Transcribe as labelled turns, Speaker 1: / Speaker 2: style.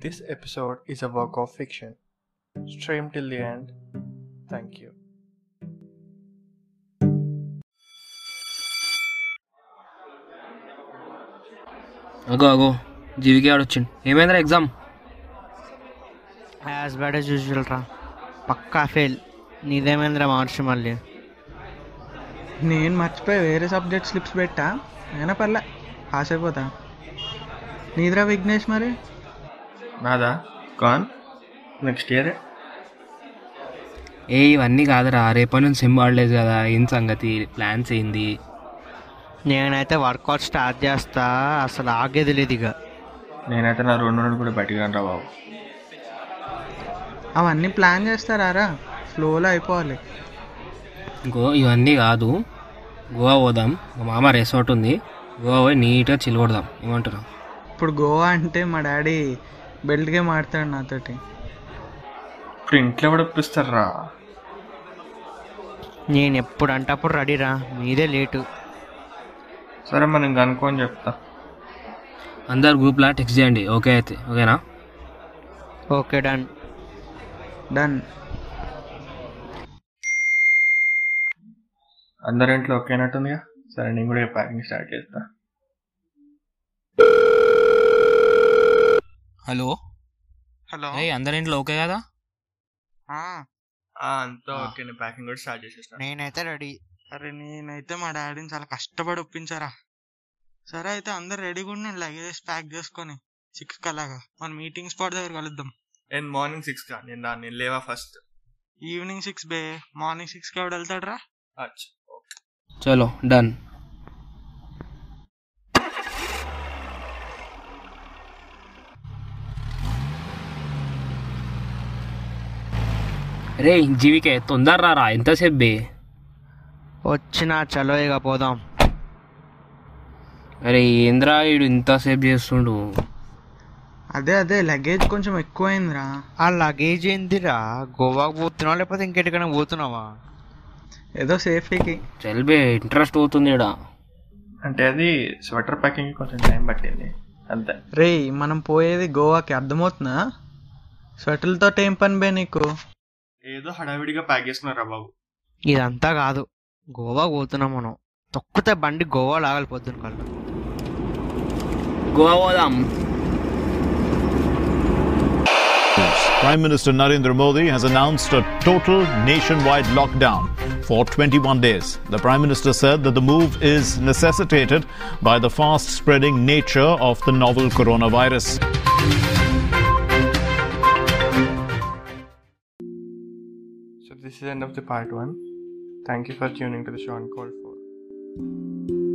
Speaker 1: This episode is a work of fiction. Stream till the end. Thank you.
Speaker 2: అగో అగో జీవికి ఆడొచ్చిండు ఏమైందిరా exam
Speaker 3: as bad as usual రా పక్కా ఫెయిల్ నీదేమేంద్ర మార్చి మళ్ళీ
Speaker 4: నేను మర్చిపోయి వేరే సబ్జెక్ట్ స్లిప్స్ పెట్టా అయినా పర్లే పాస్ అయిపోతా నీదిరా విఘ్నేష్ మరి
Speaker 1: నాదా కాన్ నెక్స్ట్ ఇయర్
Speaker 2: ఏ ఇవన్నీ కాదురా రేపటి నుంచి సెమ్ ఆడలేదు కదా ఏం సంగతి ప్లాన్స్ ఏంది
Speaker 3: నేనైతే వర్కౌట్ స్టార్ట్ చేస్తా అసలు ఆగేది లేదు ఇక
Speaker 1: నేనైతే నా రెండు నుండి కూడా బయటికి రాను రా బాబు
Speaker 4: అవన్నీ ప్లాన్ చేస్తారా ఫ్లోలో అయిపోవాలి
Speaker 2: గో ఇవన్నీ కాదు గోవా పోదాం మా మామ రిసార్ట్ ఉంది గోవా పోయి నీట్గా చిల్లుకొడదాం ఏమంటున్నావు
Speaker 4: ఇప్పుడు గోవా అంటే మా డాడీ బెల్ట్ గేమ్ ఆడతాడు నాతోటి
Speaker 1: ఇప్పుడు ఇంట్లో కూడా ఒప్పిస్తారా
Speaker 3: నేను ఎప్పుడు అంటే అప్పుడు రెడీ రా మీదే లేటు
Speaker 1: సరే మనం కనుక్కొని చెప్తా
Speaker 2: అందరు గ్రూప్లా టెక్స్ట్ చేయండి ఓకే అయితే ఓకేనా
Speaker 3: ఓకే డన్
Speaker 4: డన్
Speaker 1: అందరి ఇంట్లో ఓకే అయినట్టుందిగా సరే నేను కూడా ప్యాకింగ్ స్టార్ట్ చేస్తా
Speaker 2: హలో
Speaker 1: హలో
Speaker 2: అందరింట్లో ఓకే కదా
Speaker 1: అంతా ఓకే నేను ప్యాకింగ్ కూడా స్టార్ట్ చేసేస్తాను
Speaker 3: నేనైతే రెడీ
Speaker 4: అరే నేనైతే మా డాడీని చాలా కష్టపడి ఒప్పించారా సరే అయితే అందరు రెడీగా ఉండండి లగేజ్ ప్యాక్ చేసుకొని సిక్స్ కలాగా మన మీటింగ్ స్పాట్ దగ్గర కలుద్దాం
Speaker 1: నేను మార్నింగ్ సిక్స్ కా నేను రా నేను లేవా ఫస్ట్
Speaker 4: ఈవినింగ్ సిక్స్ బే మార్నింగ్ సిక్స్కి ఎవడు వెళ్తాడురా
Speaker 1: అచ్చా
Speaker 2: చలో డన్ రే జీవికే తొందర రా ఎంతసేపు బే
Speaker 3: వచ్చినా చలో ఇక పోదాం
Speaker 2: అరే ఏంద్రా వీడు ఇంతసేపు చేస్తుండు
Speaker 4: అదే అదే లగేజ్ కొంచెం ఎక్కువైందిరా
Speaker 3: ఆ లగేజ్ ఏందిరా గోవాకు పోతున్నావా లేకపోతే ఇంకెటికైనా పోతున్నావా
Speaker 4: ఏదో సేఫ్టీకి
Speaker 2: చల్బే ఇంట్రెస్ట్ పోతుంది ఈడ
Speaker 1: అంటే అది స్వెటర్ ప్యాకింగ్ కొంచెం టైం పట్టింది అంతే
Speaker 4: రే మనం పోయేది గోవాకి అర్థమవుతుందా స్వెటర్లతో ఏం పని బే నీకు
Speaker 1: ఏదో హడావిడిగా ప్యాక్ చేస్తున్నారా బాబు
Speaker 3: ఇదంతా కాదు గోవా పోతున్నాం మనం తొక్కితే బండి గోవా లాగాలి పొద్దున కల్లా
Speaker 2: గోవా పోదాం
Speaker 5: Prime Minister Narendra Modi has announced a total nationwide lockdown for 21 days. The Prime Minister said that the move is necessitated by the fast spreading nature of the novel coronavirus.
Speaker 1: So this is the end of the part one. Thank you for tuning to the show on Call 4.